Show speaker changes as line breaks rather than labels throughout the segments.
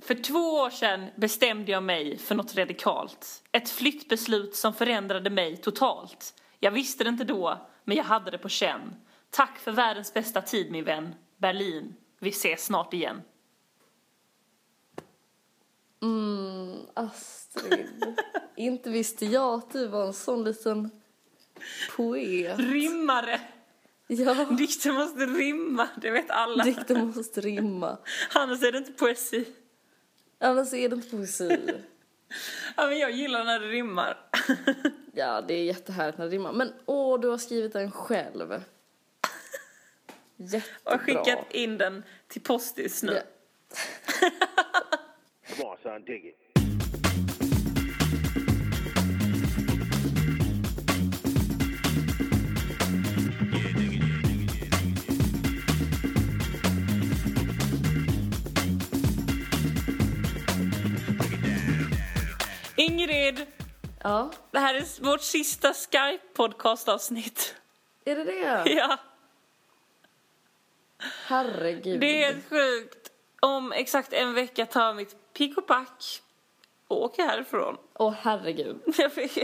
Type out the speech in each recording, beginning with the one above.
För två år sedan bestämde jag mig för något radikalt. Ett flyttbeslut som förändrade mig totalt. Jag visste det inte då, men jag hade det på känn. Tack för världens bästa tid min vän. Berlin. Vi ses snart igen.
Mm, Astrid. Inte visste jag att du var en sån liten poet.
Rimmare!
Ja,
Dikter måste rimma, det vet alla.
dikter måste rimma.
Annars är det inte poesi.
Annars är det inte poesi.
Ja, men jag gillar när det rimmar.
Ja, det är jättehärligt när det rimmar. Men åh, du har skrivit den själv. Jättebra.
Och skickat in den till Postis nu.
Ja.
Come on, son, dig it.
Ingrid,
ja,
det här är vårt sista Skype-podcastavsnitt.
är det det?
Ja,
Herregud.
det är helt sjukt. Om exakt en vecka tar jag mitt pick och pack och åker härifrån.
Åh, herregud.
Jag vet.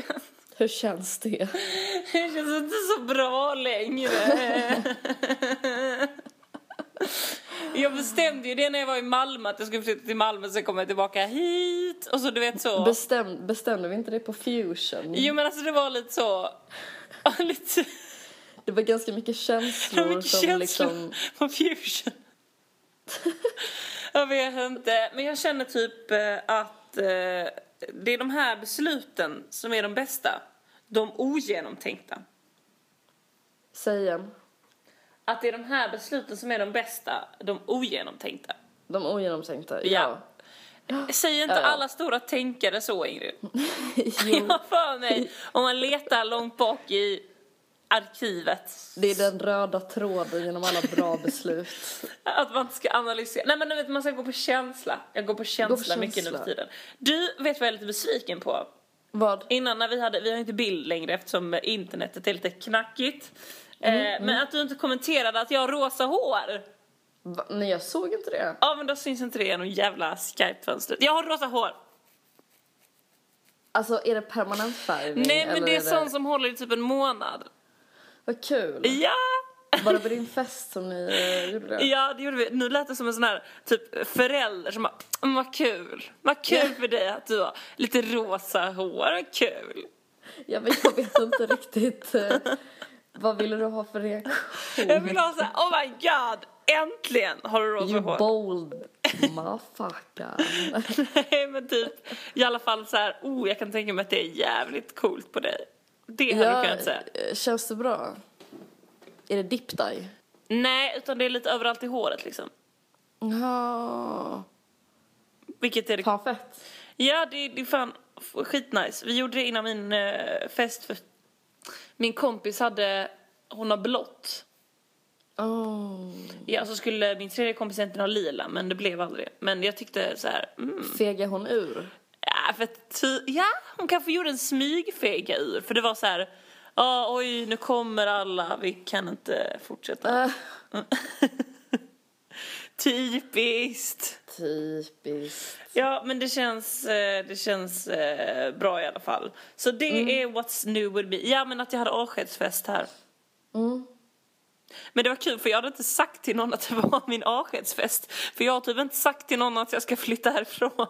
Hur känns det?
Det känns inte så bra längre. Jag bestämde ju det när jag var i Malmö att jag skulle flytta till Malmö sen kommer jag tillbaka hit och så du vet så.
Bestäm, bestämde vi inte det på fusion?
Jo men alltså det var lite så. Lite
Det var ganska mycket
det var
känslor
mycket
som
känslor
liksom...
på fusion. jag vet inte men jag känner typ eh, att eh, det är de här besluten som är de bästa. De ogenomtänkta.
Säg igen.
Att det är de här besluten som är de bästa, de ogenomtänkta.
De ogenomtänkta.
Ja. Säger inte
Ja, ja.
alla stora tänkare så, Ingrid? Jag
jo,
har för mig, om man letar långt bak i arkivet,
det är den röda tråden genom alla bra beslut.
att man inte ska analysera. Nej men du vet, man ska gå på känsla. Jag går på känsla, mycket nu
känsla.
för tiden. Du, vet vad jag är lite besviken på?
Vad?
Innan när vi hade, vi har ju inte bild längre eftersom internetet är lite knackigt. eh, men att du inte kommenterade att jag har rosa hår.
Va? Nej, jag såg inte det.
Ja men då syns inte det genom jävla skype-fönstret. Jag har rosa hår.
Alltså, är det permanent färgning?
Nej men
eller
det är sånt som håller i typ en månad.
Vad kul.
Ja!
Var det på din fest som ni eh, gjorde det?
Ja, det gjorde vi. Nu lät det som en sån här typ förälder som bara, "Mm, vad kul. Vad kul för dig att du har lite rosa hår, vad kul.
Ja, men jag vet inte riktigt. eh, Vad ville du ha för reaktion?
Jag vill ha såhär, oh my god, äntligen har du rosa
You
hår.
bold motherfucker.
Nej men typ, i alla fall så här, oh jag kan tänka mig att det är jävligt coolt på dig. Det hade du
ja,
kunnat säga.
eh, känns det bra? Är det dip dye?
Nej, utan det är lite överallt i håret liksom.
Ja.
Vilket är det
Fan fett.
Ja, det, det är fan f- skitnice. Vi gjorde det innan min eh, fest. För min kompis hade, hon har blått.
Oh.
Ja, så skulle min tredje kompis egentligen ha lila, men det blev aldrig. Men jag tyckte så här, mm,
Fegar hon ur?
ja, för att ty- ja, hon kanske gjorde en smygfega ur. För det var så här, ja, oj, nu kommer alla, vi kan inte fortsätta.
Äh,
Typiskt.
typiskt.
Ja, men det känns, eh, det känns eh, bra i alla fall. Så det är what's new with me. Ja, men att jag hade avskedsfest här.
Mm.
Men det var kul för jag hade inte sagt till någon att det var min avskedsfest. För jag har typ inte sagt till någon att jag ska flytta härifrån.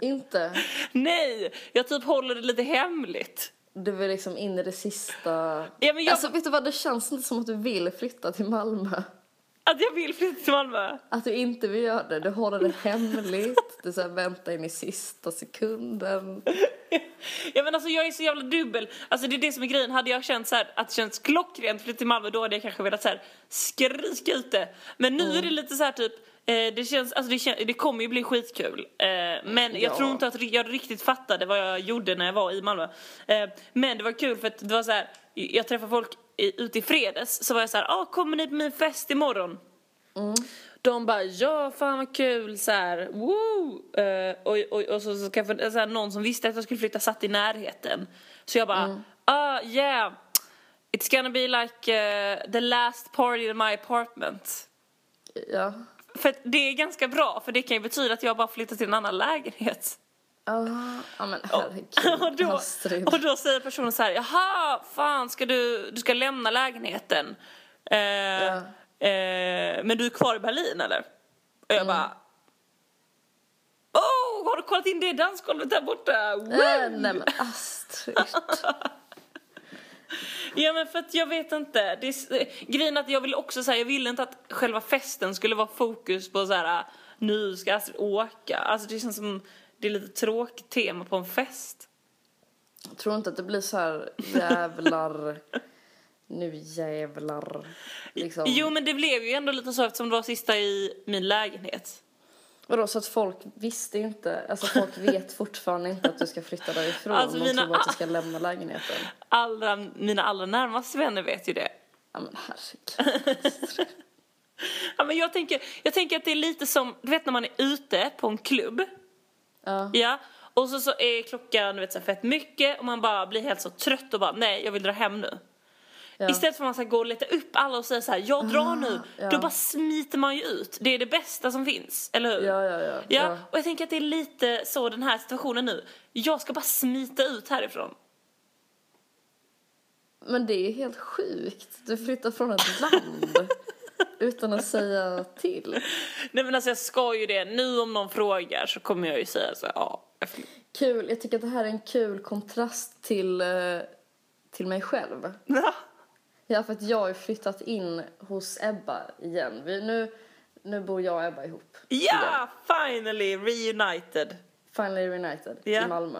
Inte.
Nej, jag typ håller det lite hemligt.
Du var liksom in i det sista.
Ja, men jag,
Alltså vet du vad, det känns inte som att du vill flytta till Malmö.
att jag vill flytta till Malmö.
Att du inte vill göra det. Du håller det hemligt. Du så här, väntar in i sista sekunden.
Ja, men alltså, jag är så jävla dubbel. Alltså, det är det som är grejen. Hade jag känt så här, att det känns klockrent att flytta till Malmö då hade jag kanske velat så här, skrika ut det. Men nu är det lite så här typ... Eh, det, känns, alltså det, kän, det kommer ju bli skitkul. Eh, men jag
Ja.
tror inte att ri- jag riktigt fattade vad jag gjorde när jag var i Malmö. Eh, men det var kul för att det var så här, jag träffade folk i, ute i fredags så var jag så här, ah, kommer ni på min fest imorgon? De bara ja, fan vad kul så här, woo! Eh, och, och, och så, så, kanske, så här, alltså, någon som visste att jag skulle flytta satt i närheten. Så jag bara, ah yeah, it's gonna be like eh, the last party in my apartment.
Ja.
för att det är ganska bra, för det kan ju betyda att jag bara flyttar till en annan lägenhet.
Ah, ja, men
Och
herregud,
då,
Astrid.
och då säger personen så här, jaha, fan ska du, du ska lämna lägenheten. Eh, eh, men du är kvar i Berlin eller? Och
Mm.
jag bara, oh, har du kollat in det dansgolvet där borta? Woo!
Äh, nej men Astrid.
Ja men för att jag vet inte. Det är, s- eh, grejen är att jag vill också säga, jag ville inte att själva festen skulle vara fokus på så här nu ska Astrid åka. Alltså det känns som, det är lite tråkigt tema på en fest.
Jag tror inte att det blir så här jävlar, nu jävlar. Liksom.
Jo men det blev ju ändå lite så eftersom det var sista i min lägenhet.
Vadå, så att folk visste inte, alltså folk vet fortfarande inte att du ska flytta därifrån.
Alltså,
de
mina-
tror bara att du ska lämna lägenheten.
Allra, mina allra närmaste vänner vet ju det.
Ja men herregud.
Ja, men jag, tänker, jag tänker att det är lite som, du vet när man är ute på en klubb.
Ja.
Ja. Och så, så är klockan du vet, så här, fett mycket och man bara blir helt så trött och bara nej jag vill dra hem nu.
Ja. Ah,
Istället för att man ska gå och leta upp alla och säga så här, jag drar nu.
ja.
Då bara smiter man ju ut. Det är det bästa som finns, eller hur?
Ja, ja, ja,
ja.
ja.
Och jag tänker att det är lite så den här situationen nu. Jag ska bara smita ut härifrån.
Men det är helt sjukt. Du flyttar från ett land utan att säga till.
Nej men alltså jag ska ju det. Nu om någon frågar så kommer jag ju säga så här, ja. jag fly-
Kul, jag tycker att det här är en kul kontrast till, eh, till mig själv. Ja, för att jag har ju flyttat in hos Ebba igen. Vi, nu, nu bor jag och Ebba ihop.
Ja, finally reunited. Mm.
Finally reunited
Ja.
i Malmö.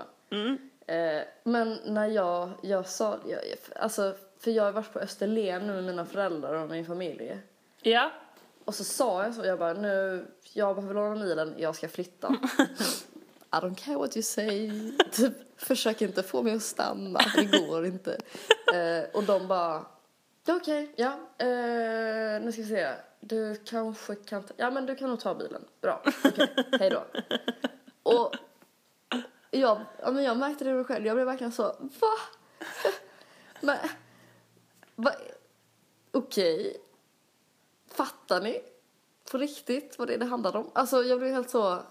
Eh, men när jag, jag sa, jag, alltså, för jag har varit på Österlen nu med mina föräldrar och min familj.
Ja.
Och så sa jag så, jag bara nu, jag behöver låna bilen, jag ska flytta. I don't care what you say. Typ, försök inte få mig att stanna, det går inte. Eh, och de bara, ja okej, ja, eh, nu ska vi se. Du kanske kan, ta, ja men du kan nog ta bilen. Bra, okej, hej då. Och jag, ja, men jag märkte det med mig själv, jag blev verkligen så, va? Men, va? Okej. Fattar ni på riktigt vad det, är det handlar om? Alltså jag blev helt så...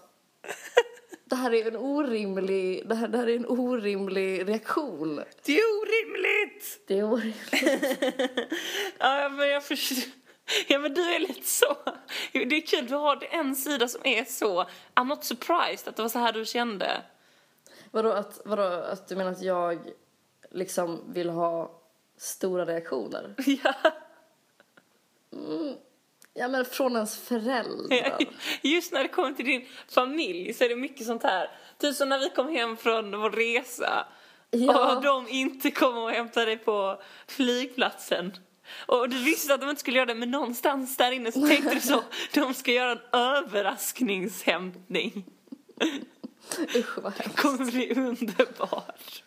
Det här är en orimlig, det här, det här är en orimlig reaktion.
Det är orimligt!
Det är orimligt.
Ja, men jag förstår. Ja, men du är lite så. Det är kul, du har en sida som är så. I'm not surprised att det var så här du kände.
Vadå att, vadå att du menar att jag liksom vill ha stora reaktioner?
Ja.
Ja men från ens föräldrar.
Just när det kommer till din familj så är det mycket sånt här. Typ som när vi kom hem från vår resa.
Ja.
Och de inte kom och hämtade dig på flygplatsen. Och du visste att de inte skulle göra det, men någonstans där inne så tänkte du så. De ska göra en överraskningshämtning.
Usch vad hemskt.
kommer bli underbart.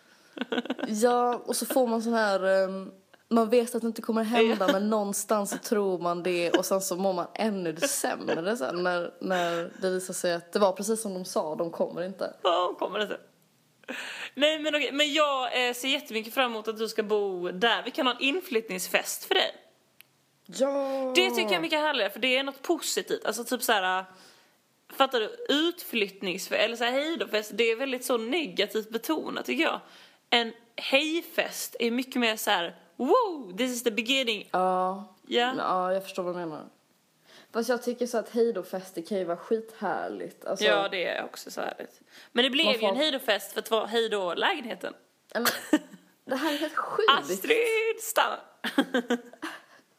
Ja och så får man sån här, ehm, man vet att det inte kommer hända men någonstans så tror man det och sen så mår man ännu sämre sen när, när det visar sig att det var precis som de sa, de kommer inte.
Ja, hon kommer inte. Nej men okej, men jag eh, ser jättemycket fram emot att du ska bo där. Vi kan ha en inflyttningsfest för dig.
Ja!
Det tycker jag är mycket härligare för det är något positivt. Alltså typ så här. Fattar du? Utflyttningsfest, eller så här hejdåfest, det är väldigt så negativt betonat tycker jag. En hejfest är mycket mer så här. wow, this is the beginning.
Ja.
Ja.
ja, jag förstår vad du menar. Fast jag tycker så att hejdåfester kan ju vara skithärligt. Alltså,
Ja, det är också så härligt. Men det blev
Man
ju
får-
en hejdåfest för att vara hejdå lägenheten.
ja, men, det här är helt sjukt.
Astrid, stanna!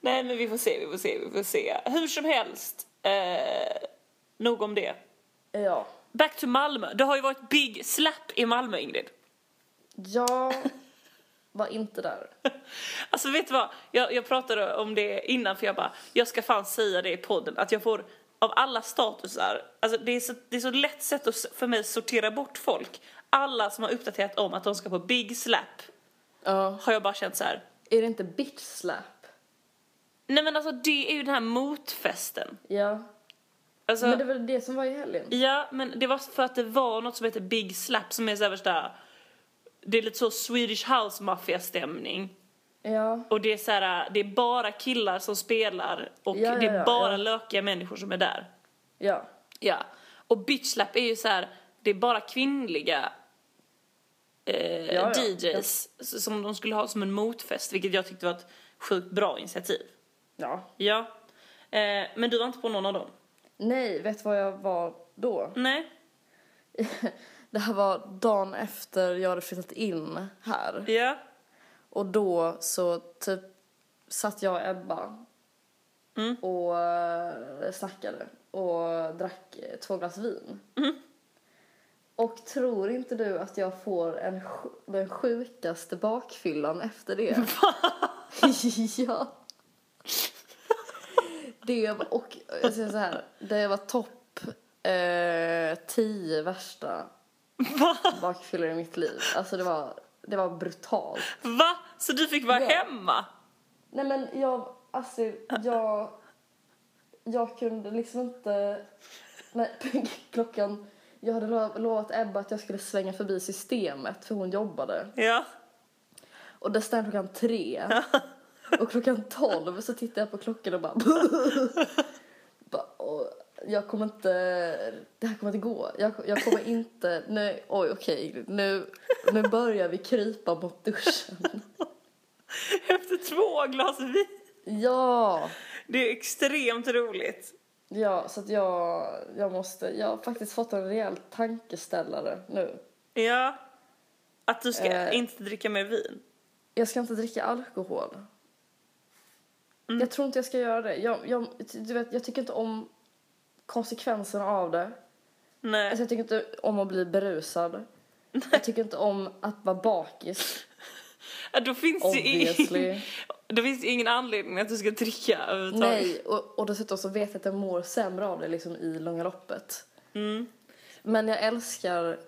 Nej, men vi får se, vi får se, vi får se. Hur som helst, eh, nog om det.
Ja.
Back to Malmö. Det har ju varit big slap i Malmö, Ingrid.
Jag var inte där.
Alltså, vet du vad? Jag, jag pratade om det innan, för jag bara, jag ska fan säga det i podden, att jag får av alla statusar, alltså det är så, det är så lätt sätt att, s- för mig att sortera bort folk. Alla som har uppdaterat om att de ska på big slap
Ja.
har jag bara känt så här.
Är det inte bitch slap?
Nej men alltså det är ju den här motfesten.
Ja.
Alltså,
Men det var det som var i helgen.
Ja, men det var för att det var något som heter Big Slap som är så här värsta... Det är lite så Swedish House Mafia-stämning.
Ja.
Och det är, så här, det är bara killar som spelar och
Ja, ja,
det är
ja,
bara
ja.
lökiga människor som är där.
Ja.
Ja. Och bitchlap är ju så här, det är bara kvinnliga eh,
ja,
DJs s- som de skulle ha som en motfest, vilket jag tyckte var ett sjukt bra initiativ.
Ja.
Ja. Eh, men du var inte på någon av dem?
Nej, vet du vad jag var då?
Nej.
Det här var dagen efter jag hade flyttat in här.
Ja.
Och då så typ satt jag och Ebba
Mm.
och eh, snackade och drack eh, två glas vin. Och tror inte du att jag får en, sj- den sjukaste bakfyllan efter det? ja. Det var, och jag säger så här, det var topp eh, tio värsta bakfyllor i mitt liv. Alltså det var, det var brutalt.
Va? Så du fick vara
Ja.
hemma?
Nej men jag, alltså jag, jag kunde liksom inte, nej klockan, jag hade lo- lovat Ebba att jag skulle svänga förbi systemet för hon jobbade.
Ja.
Och det stängde klockan tre. Och klockan tolv så tittade jag på klockan och bara, bara och jag kommer inte, det här kommer inte gå. Jag, jag kommer inte, nej, oj okej, nu, nu börjar vi krypa mot duschen.
Efter två glas vin.
Ja!
Det är extremt roligt.
Ja, så att jag, jag måste... Jag har faktiskt fått en rejäl tankeställare nu.
Ja. Att du ska
Eh.
inte dricka mer vin.
Jag ska inte dricka alkohol. Jag tror inte jag ska göra det. Jag, jag, du vet, jag tycker inte om konsekvenserna av det.
Nej.
Alltså, jag tycker inte om att bli berusad. Jag tycker inte om att vara bakis,
Ja, Då finns, ju ingen,
obviously.
då finns ju ingen anledning att du ska dricka överhuvudtaget.
Nej, och, och dessutom så vet jag att jag mår sämre av det liksom, i långa loppet. Men jag älskar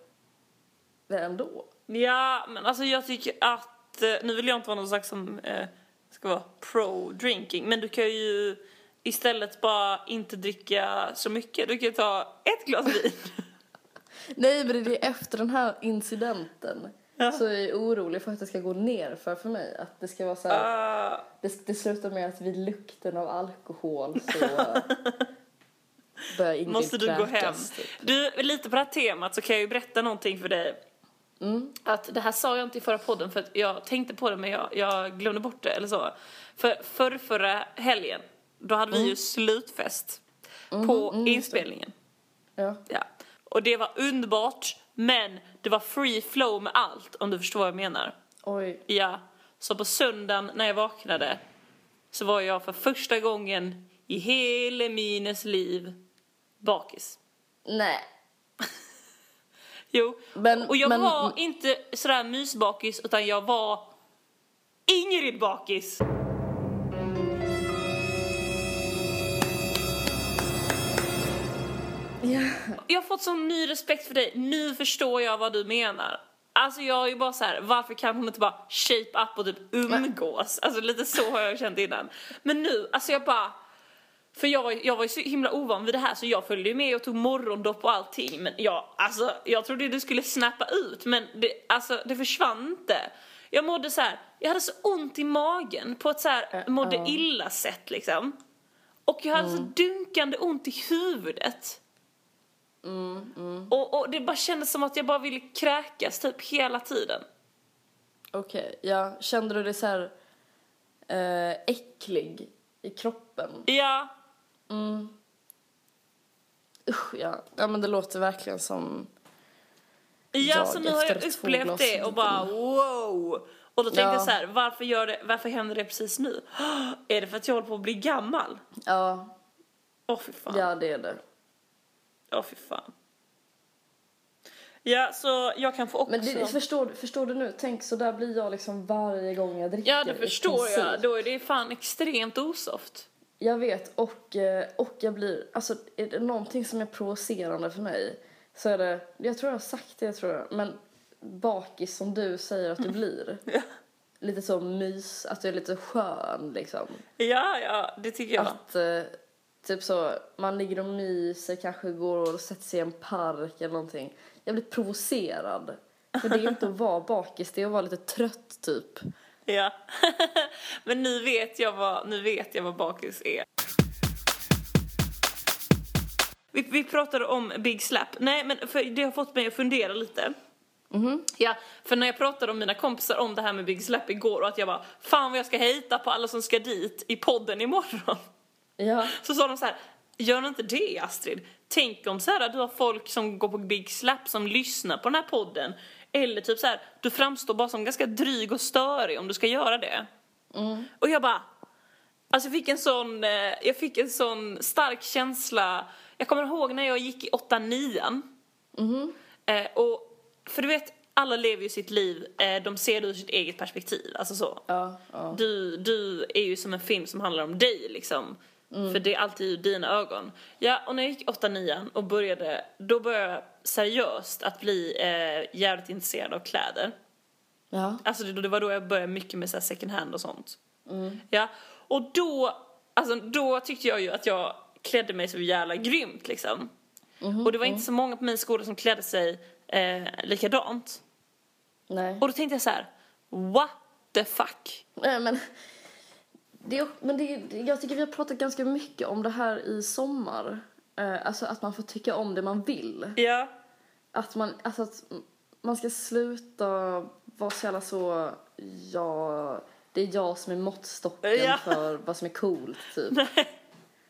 det ändå.
Ja, men alltså jag tycker att... eh, Nu vill jag inte vara någon slags som eh, ska vara pro-drinking, men du kan ju istället bara inte dricka så mycket. Du kan ju ta ett glas vin.
Nej, men det är efter den här incidenten
Ja.
så är jag orolig för att det ska gå ner för, för mig. Att det ska vara så här,
Ah,
det, det slutar med att vid lukten av alkohol så eh, börjar Ingrid
måste du gå hem?
kräkas, typ.
Du, lite på det här temat så kan jag ju berätta någonting för dig. Att det här sa jag inte i förra podden för att jag tänkte på det men jag, jag glömde bort det eller så. För, för förra helgen, då hade vi ju slutfest på inspelningen.
Ja.
Ja. Och det var underbart, men det var free flow med allt, om du förstår vad jag menar.
Oj.
Ja. Så på söndagen när jag vaknade så var jag för första gången i hela mines liv bakis.
Nej.
Jo,
Men-
och jag
men-
var inte sådär mysbakis utan jag var Ingrid bakis.
Ja.
Jag har fått sån ny respekt för dig, nu förstår jag vad du menar. Alltså jag är ju bara så här, varför kan hon inte bara shape up och typ umgås? Alltså lite så har jag känt innan. Men nu, alltså jag bara... För jag var, jag var ju så himla ovan vid det här så jag följde ju med och tog morgondopp och allting. Men jag, alltså, jag trodde du skulle snappa ut men det, alltså, det försvann inte. Jag mådde så här, jag hade så ont i magen på ett så här mådde
ja.
illa sätt liksom. Och jag hade så dunkande ont i huvudet. Och, och det bara kändes som att jag bara ville kräkas typ hela tiden.
Okej, ja. Kände du dig så här eh, äcklig i kroppen?
Ja,
Usch, ja. ja. men det låter verkligen som...
Ja,
jag
så nu har
efter
jag
två
upplevt
glas
det och
vin.
bara wow! Och då tänkte
Ja.
jag så här, varför, gör det, varför händer det precis nu? Är det för att jag håller på att bli gammal?
Ja,
Åh fy fan. Ja.
ja det är det.
fy fan. Ja, så jag kan få också...
Men det, förstår, förstår du nu? Tänk så där blir jag liksom varje gång jag dricker.
ja, det
i
förstår
princip.
jag. Då är det fan extremt osoft.
Jag vet och, eh, och jag blir, alltså är det någonting som är provocerande för mig så är det, jag tror jag har sagt det tror jag, men bakis som du säger att du
Mm.
blir. Lite så mys, att du är lite skön liksom.
Ja, ja, det tycker jag.
Att eh, typ så, man ligger och myser, kanske går och sätter sig i en park eller någonting. Jag blir provocerad. För det är inte att vara bakis, det är att vara lite trött typ.
Ja. Men nu vet jag vad, nu vet jag vad bakis är. Vi, vi pratade om Big Slap. Nej, men för det har fått mig att fundera lite. Ja, för när jag pratade om mina kompisar om det här med Big Slap igår och att jag bara Fan vad jag ska hejta på alla som ska dit i podden imorgon.
Ja.
Så sa de så här, gör inte det Astrid. Tänk om så här, du har folk som går på Big Slap som lyssnar på den här podden. Eller typ så här, du framstår bara som ganska dryg och störig om du ska göra det. Och jag bara, alltså jag fick en sån, eh, jag fick en sån stark känsla. Jag kommer ihåg när jag gick i 8-9an. Eh, och, för du vet, alla lever ju sitt liv, eh, de ser det ur sitt eget perspektiv. Alltså så.
Ja, ja.
Du, du är ju som en film som handlar om dig liksom. För det är alltid ur dina ögon. Ja, och när jag gick 8-9 och började, då började jag seriöst att bli eh, jävligt intresserad av kläder.
Ja.
Alltså det, det var då jag började mycket med så här second hand och sånt. Ja, och då, alltså då tyckte jag ju att jag klädde mig så jävla grymt liksom. och det var inte så många på min skola som klädde sig eh, likadant.
Nej.
Och då tänkte jag så här, what the fuck?
Nej, men... Det, är- men det, det- jag tycker vi har pratat ganska mycket om det här i sommar. Eh, alltså att man får tycka om det man vill.
Ja,
Att man, alltså att man ska sluta vara så jävla så... Ja, det är jag som är måttstocken
Ja.
för vad som är coolt, typ.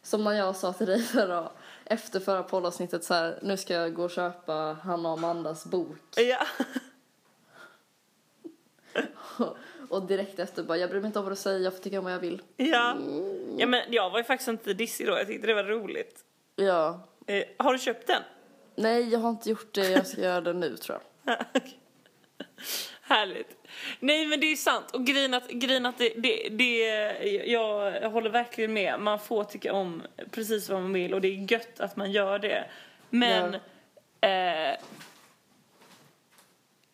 Som när jag sa till dig förra, efter förra poddavsnittet så här, nu ska jag gå och köpa Hanna och Amandas bok.
ja.
Och direkt efter bara, jag bryr mig inte om vad du säger, jag får tycka om vad jag vill.
Ja. ja, men jag var ju faktiskt inte dissig då. Jag tyckte det var roligt.
Ja.
Eh, har du köpt den?
Nej, jag har inte gjort det, jag ska göra det nu tror jag.
Härligt. Nej men det är sant. Och grejen att, grejen att det, det, det, jag, jag håller verkligen med. Man får tycka om precis vad man vill och det är gött att man gör det. Men eh,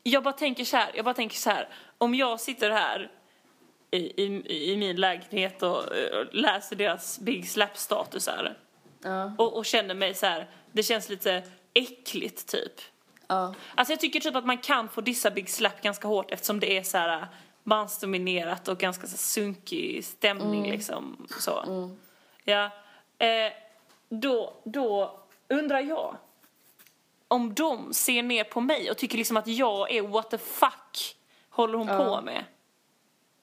jag bara tänker så här, jag bara tänker så här. Om jag sitter här i, i, i min lägenhet och, eh, och läser deras Big Slap-statusar
Ja.
och, och känner mig så här, det känns lite äckligt typ.
Ja.
Alltså jag tycker typ att man kan få dissa Big Slap ganska hårt eftersom det är så här mansdominerat och ganska så här sunkig stämning liksom. Så. Ja. Eh, då, då undrar jag om de ser ner på mig och tycker liksom att jag är what the fuck håller hon på med?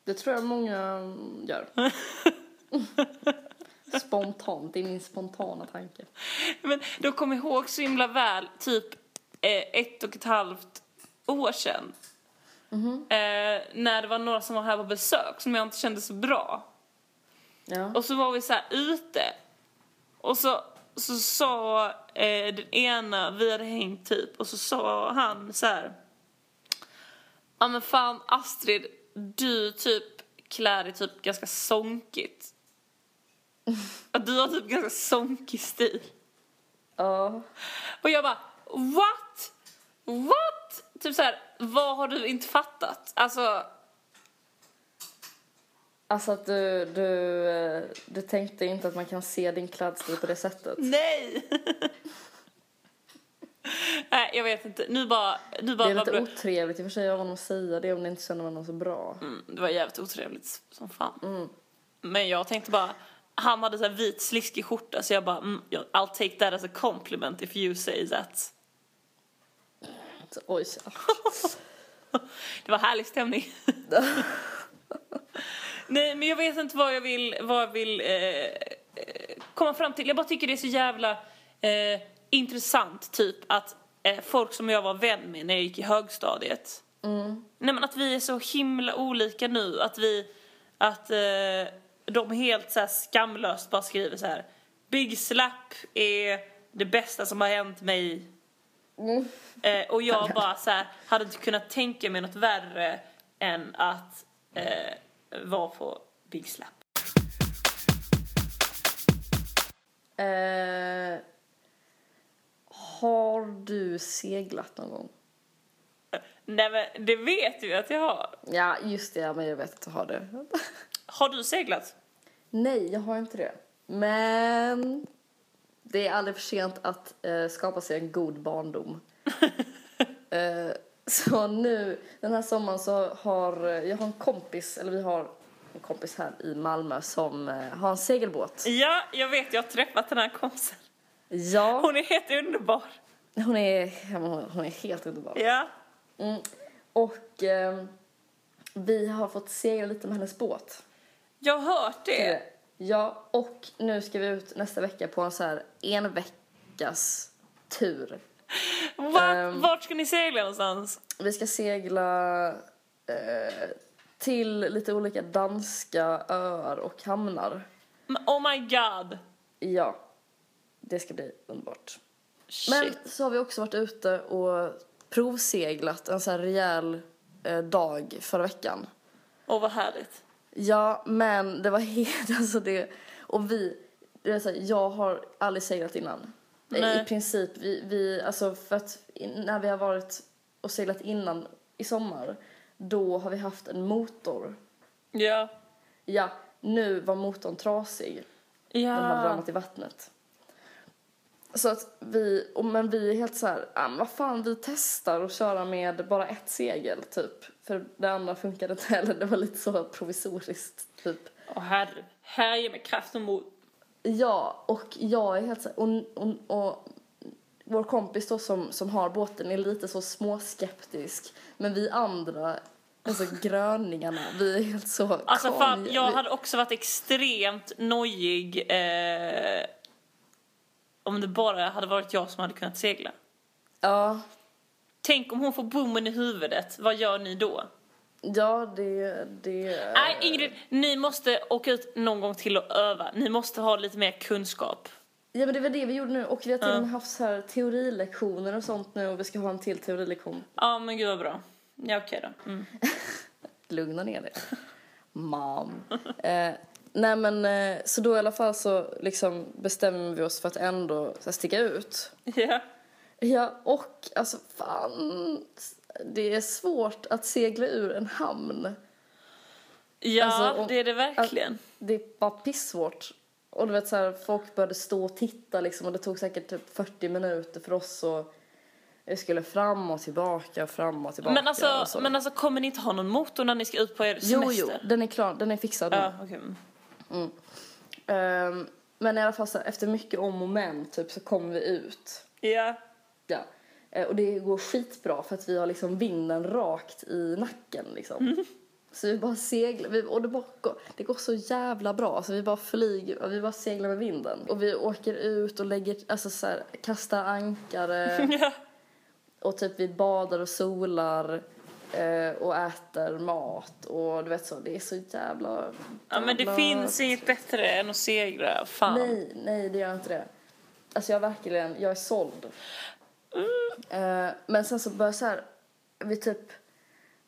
Det tror jag många mm, gör. Spontant, det är min spontana tanke.
Men då kom jag ihåg så himla väl, typ eh, ett och ett halvt år sedan. Eh, när det var några som var här på besök som jag inte kände så bra.
Ja.
Och så var vi så här ute. Och så, så sa eh, den ena, vi hade hängt typ, och så sa han så här. Ja men fan Astrid, du typ klär dig typ ganska sonkigt. Ja, Du har typ ganska sonkig stil.
Ja.
Och jag bara, what? What? Typ så här, vad har du inte fattat? Alltså,
Alltså att du, du, eh, du tänkte inte att man kan se din klädstil på det sättet.
Nej! Nej, jag vet inte. Nu bara... Nu
Det
bara
är
vad
lite
bra.
otrevligt i och för sig av honom att säga det om ni inte känner varandra så bra.
Mm, det var jävligt otrevligt som fan.
Mm.
Men jag tänkte bara... Han hade så här vit sliskig skjorta så jag bara mm, jag- I'll take that as a compliment if you say that.
Så, Oj, så.
Det var härlig stämning. Nej men jag vet inte vad jag vill, vad jag vill eh, eh, komma fram till. Jag bara tycker det är så jävla eh, intressant typ att eh, folk som jag var vän med när jag gick i högstadiet. Nej men att vi är så himla olika nu. Att vi, att eh, de helt så här skamlöst bara skriver så här. Big Slap är det bästa som har hänt mig
Mm.
Eh, och jag bara så här, hade inte kunnat tänka mig något värre än att eh, vara på Big Slap.
Eh, har du seglat någon gång?
Nej men det vet du ju att jag har.
Ja, just det. ja, Men jag vet att du har det.
Har du seglat?
Nej, jag har inte det. Men det är aldrig för sent att eh, skapa sig en god barndom. eh, Så nu, den här sommaren så har eh, jag har en kompis, eller vi har en kompis här i Malmö som eh, har en segelbåt.
Ja, jag vet, jag har träffat den här kompisen.
Ja,
Hon är helt underbar.
hon är, ja, men hon hon är helt underbar.
Ja.
Mm. Och eh, vi har fått segla lite med hennes båt.
Jag har hört det.
Eh, Ja, och nu ska vi ut nästa vecka på en så här en veckas tur.
Vart,
Ehm.
vart ska ni segla någonstans?
Vi ska segla eh, till lite olika danska öar och hamnar.
Men, Oh my god.
Ja, det ska bli underbart.
Shit.
Men så har vi också varit ute och provseglat en så här rejäl eh, dag förra veckan.
Åh vad härligt.
Ja, men det var helt, alltså det, och vi, det är så här, jag har aldrig seglat innan.
Nej.
I princip, vi, vi, alltså för att in- när vi har varit och seglat innan i sommar, då har vi haft en motor.
Ja.
Ja, nu var motorn trasig. Den hade
Ja.
ramlat i vattnet. Så att vi, och men vi är helt så här, ah, men vad fan, vi testar att köra med bara ett segel typ. För det andra funkade inte heller, det var lite så provisoriskt typ.
Åh herre. Här ger mig kraft och mod.
Ja, och jag är helt så här, och, och, och vår kompis då som, som har båten är lite så småskeptisk. Men vi andra, alltså gröningarna, vi är helt så
Alltså fan,
Kanye.
jag
Vi-
hade också varit extremt nojig eh, om det bara hade varit jag som hade kunnat segla.
Ja,
Tänk om hon får bommen i huvudet, vad gör ni då?
ja det, det...
Nej Ingrid, ni måste åka ut någon gång till och öva. Ni måste ha lite mer kunskap.
Ja men det var det vi gjorde nu och vi har till
Ja.
och med haft så här teorilektioner och sånt nu och vi ska ha en till teorilektion.
Ja men gud vad bra. Ja okej då. Mm.
Lugna ner dig. Mom. eh, nej men eh, så då i alla fall så liksom bestämmer vi oss för att ändå så här, sticka ut.
Ja.
Ja och alltså fan. Det är svårt att segla ur en hamn.
Ja,
Alltså, och-
det är det verkligen.
Det är bara pissvårt. Och du vet så här, folk började stå och titta liksom och det tog säkert typ 40 minuter för oss och vi skulle fram och tillbaka, fram och tillbaka.
Men alltså,
och så.
men alltså kommer ni inte ha någon motor när ni ska ut på er
Jo,
semester?
jo, den är klar, den är fixad nu.
Ja, okej. Mm.
Ehm, men i alla fall så här, efter mycket om och men typ så kommer vi ut.
Ja.
Ja. Eh, och det går skitbra för att vi har liksom vinden rakt i nacken liksom.
Mm.
Så vi bara seglar, vi, och det, bara går, det går så jävla bra. Alltså vi bara flyger, och vi bara seglar med vinden. Och vi åker ut och lägger, alltså så här, kastar ankare
ja.
och typ vi badar och solar. eh, Och äter mat och du vet så, det är så jävla...
Ja men det
jävla-
finns inget bättre än att segra, fan.
Nej, nej det gör inte det. Alltså jag är verkligen, jag är såld. Eh, men sen så börjar så här, vid typ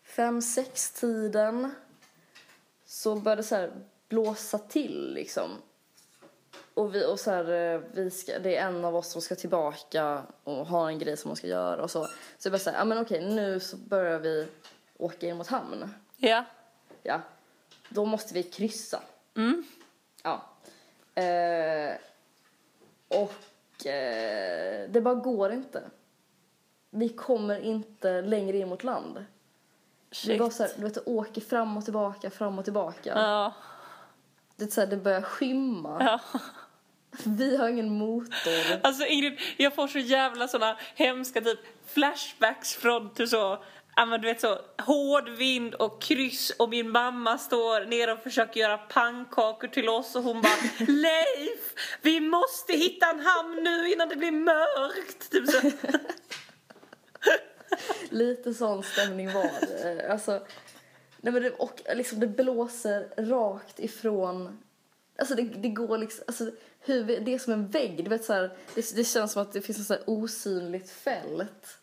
fem sex tiden så börjar det så här blåsa till liksom. Och vi, och så här, eh, vi ska, det är en av oss som ska tillbaka och har en grej som hon ska göra och så. Så jag bara säger, ja men okej nu så börjar vi åka in mot hamn.
Ja.
Ja, då måste vi kryssa.
Mm.
Ja. Eh, och eh, det bara går inte. Vi kommer inte längre in mot land. Vi
Shit.
bara så här, du vet, åker fram och tillbaka, fram och tillbaka.
Ja.
Det, är så här, det börjar skymma.
ja.
Vi har ingen motor.
Alltså Ingrid, jag får så jävla såna hemska typ flashbacks från till så ja, men du vet så hård vind och kryss och min mamma står ner och försöker göra pannkakor till oss och hon bara Leif, vi måste hitta en hamn nu innan det blir mörkt. Typ så.
Lite sån stämning var det. Eh, Alltså, nej men det, och liksom, det blåser rakt ifrån... Alltså det, det går liksom... Alltså, huvud, det är som en vägg. Du vet, så här, det, det känns som att det finns ett så här osynligt fält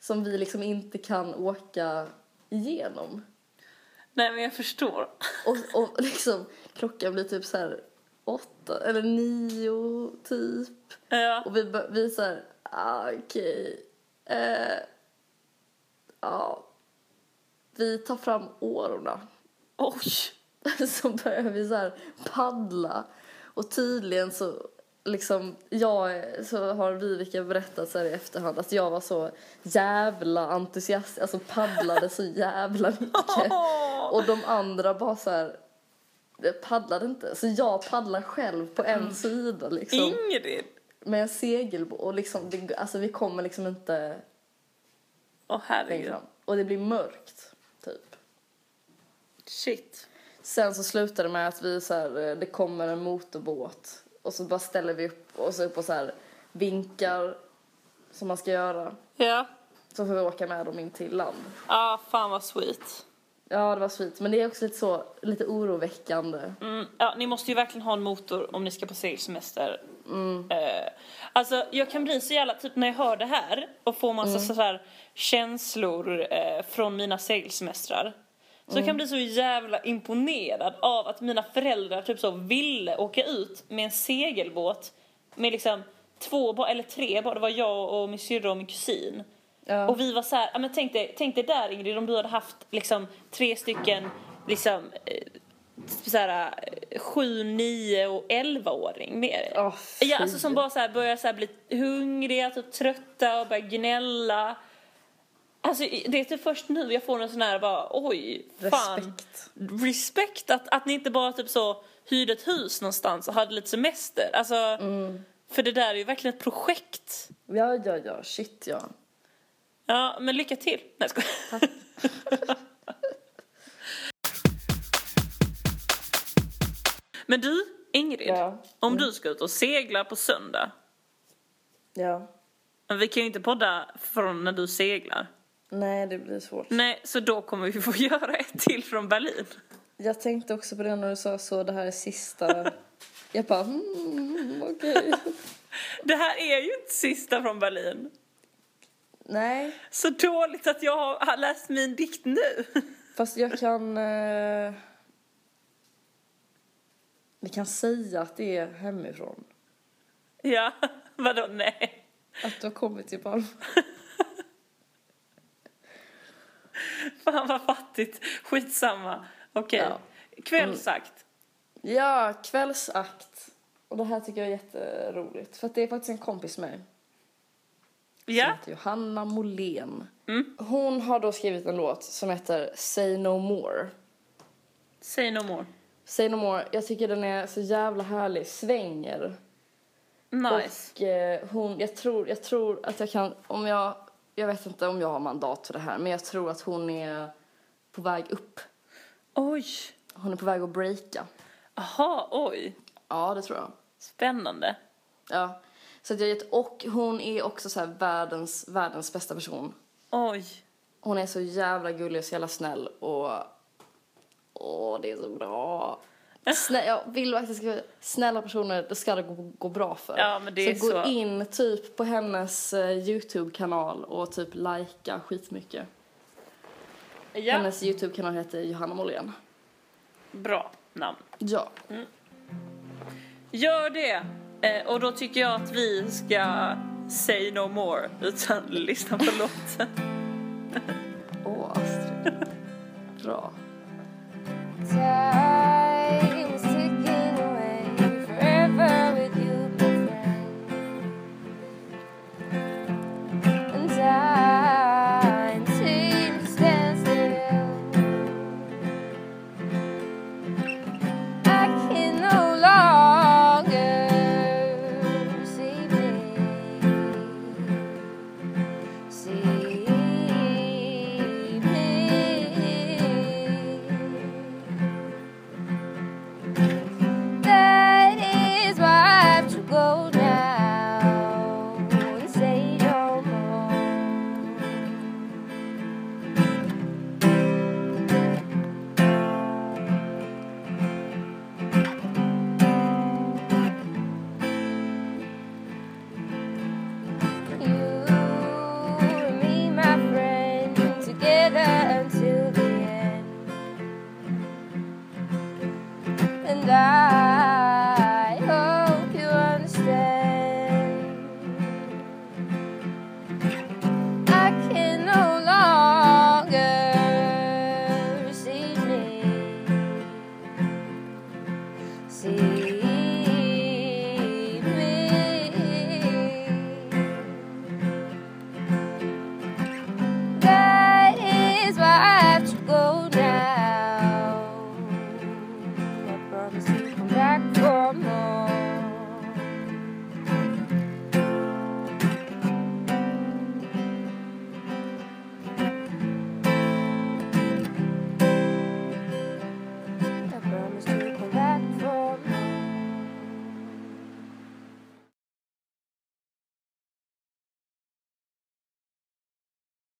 som vi liksom inte kan åka igenom.
Nej men jag förstår.
Och, och liksom, klockan blir typ så här åtta eller nio, typ.
Ja.
Och vi, bör- vi är så här, ah, okej. Eh, ja. Vi tar fram årorna.
Oj.
så börjar vi så här paddla. Och tydligen så liksom, jag är- så har Vivica berättat så här i efterhand att jag var så jävla entusiastisk, alltså paddlade så jävla mycket.
Åh!
Och de andra bara så här eh, paddlade inte. Så jag paddlar själv på en sida liksom.
Ingrid!
Med en segelbåt och liksom, det, alltså vi kommer liksom inte
Åh
längre
herregud.
fram. Och det blir mörkt, typ.
Shit.
Sen så slutar det med att vi så här, eh, det kommer en motorbåt och så bara ställer vi upp och så upp och så här vinkar som man ska göra.
Ja.
Så får vi åka med dem in till land.
Ja, fan vad sweet.
Ja, det var fint. Men det är också lite så, lite oroväckande.
Mm, ja, ni måste ju verkligen ha en motor om ni ska på segelsemester. Eh, alltså, jag kan bli så jävla, typ när jag hör det här och får massa så här känslor eh, från mina segelsemestrar. Så jag kan bli så jävla imponerad av att mina föräldrar typ så ville åka ut med en segelbåt med liksom två barn, eller tre barn, det var jag och min syrra och min kusin.
Ja.
Och vi var så här, ja, men tänk dig, tänk dig där Ingrid om du hade haft liksom tre stycken liksom eh, så här, eh, sju, nio och elvaåring med dig.
Åh, fy.
ja, alltså som bara så här börjar så här bli hungriga, typ trötta och börjar gnälla. Alltså det är typ först nu jag får en sån här bara oj, fan.
Respekt.
Respekt att, att ni inte bara typ så hyrde ett hus någonstans och hade lite semester. Alltså, för det där är ju verkligen ett projekt.
Ja, ja, ja. Shit, ja.
Ja, men lycka till. Nej, jag skojar. Men du, Ingrid.
Ja.
Om du ska ut och segla på söndag.
Ja.
Vi kan ju inte podda från när du seglar.
Nej, det blir svårt.
Nej, så då kommer vi få göra ett till från Berlin.
Jag tänkte också på det när du sa så, det här är sista. Jag bara, mm, okej.
Det här är ju inte sista från Berlin.
Nej,
Så dåligt att jag har har läst min dikt nu.
fast jag kan... Eh... Vi kan säga att det är hemifrån.
Ja, vadå nej?
Att du har kommit till Palma.
Fan vad fattigt. Skitsamma. Okej.
Ja.
Kväll sagt.
Ja, kvällsakt. Och det här tycker jag är jätteroligt. För att det är faktiskt en kompis med mig.
Ja. Mm.
Som heter Johanna Molén. Hon har då skrivit en låt som heter Say No More.
Say no more.
Say No More, jag tycker den är så jävla härlig. Svänger.
Nice.
Och eh, hon, jag tror, jag tror att jag kan, om jag, jag vet inte om jag har mandat för det här, men jag tror att hon är på väg upp.
Oj.
Hon är på väg att breaka.
Aha, oj.
Ja, det tror jag.
Spännande.
Ja. Så att jag gett, och hon är också så här världens, världens bästa person.
Oj.
Hon är så jävla gullig och så jävla snäll och... Åh, det är så bra. Snä, jag vill verkligen ska, snälla personer, det ska det gå, gå bra för.
Ja, men det är
så, gå
så.
in typ på hennes eh, Youtube-kanal och typ likea skitmycket.
Ja.
Hennes Youtube-kanal heter Johanna Molén.
Bra namn.
Ja.
Gör det. Eh, och då tycker jag att vi ska say no more utan lyssna på låten.
Åh, Astrid. bra.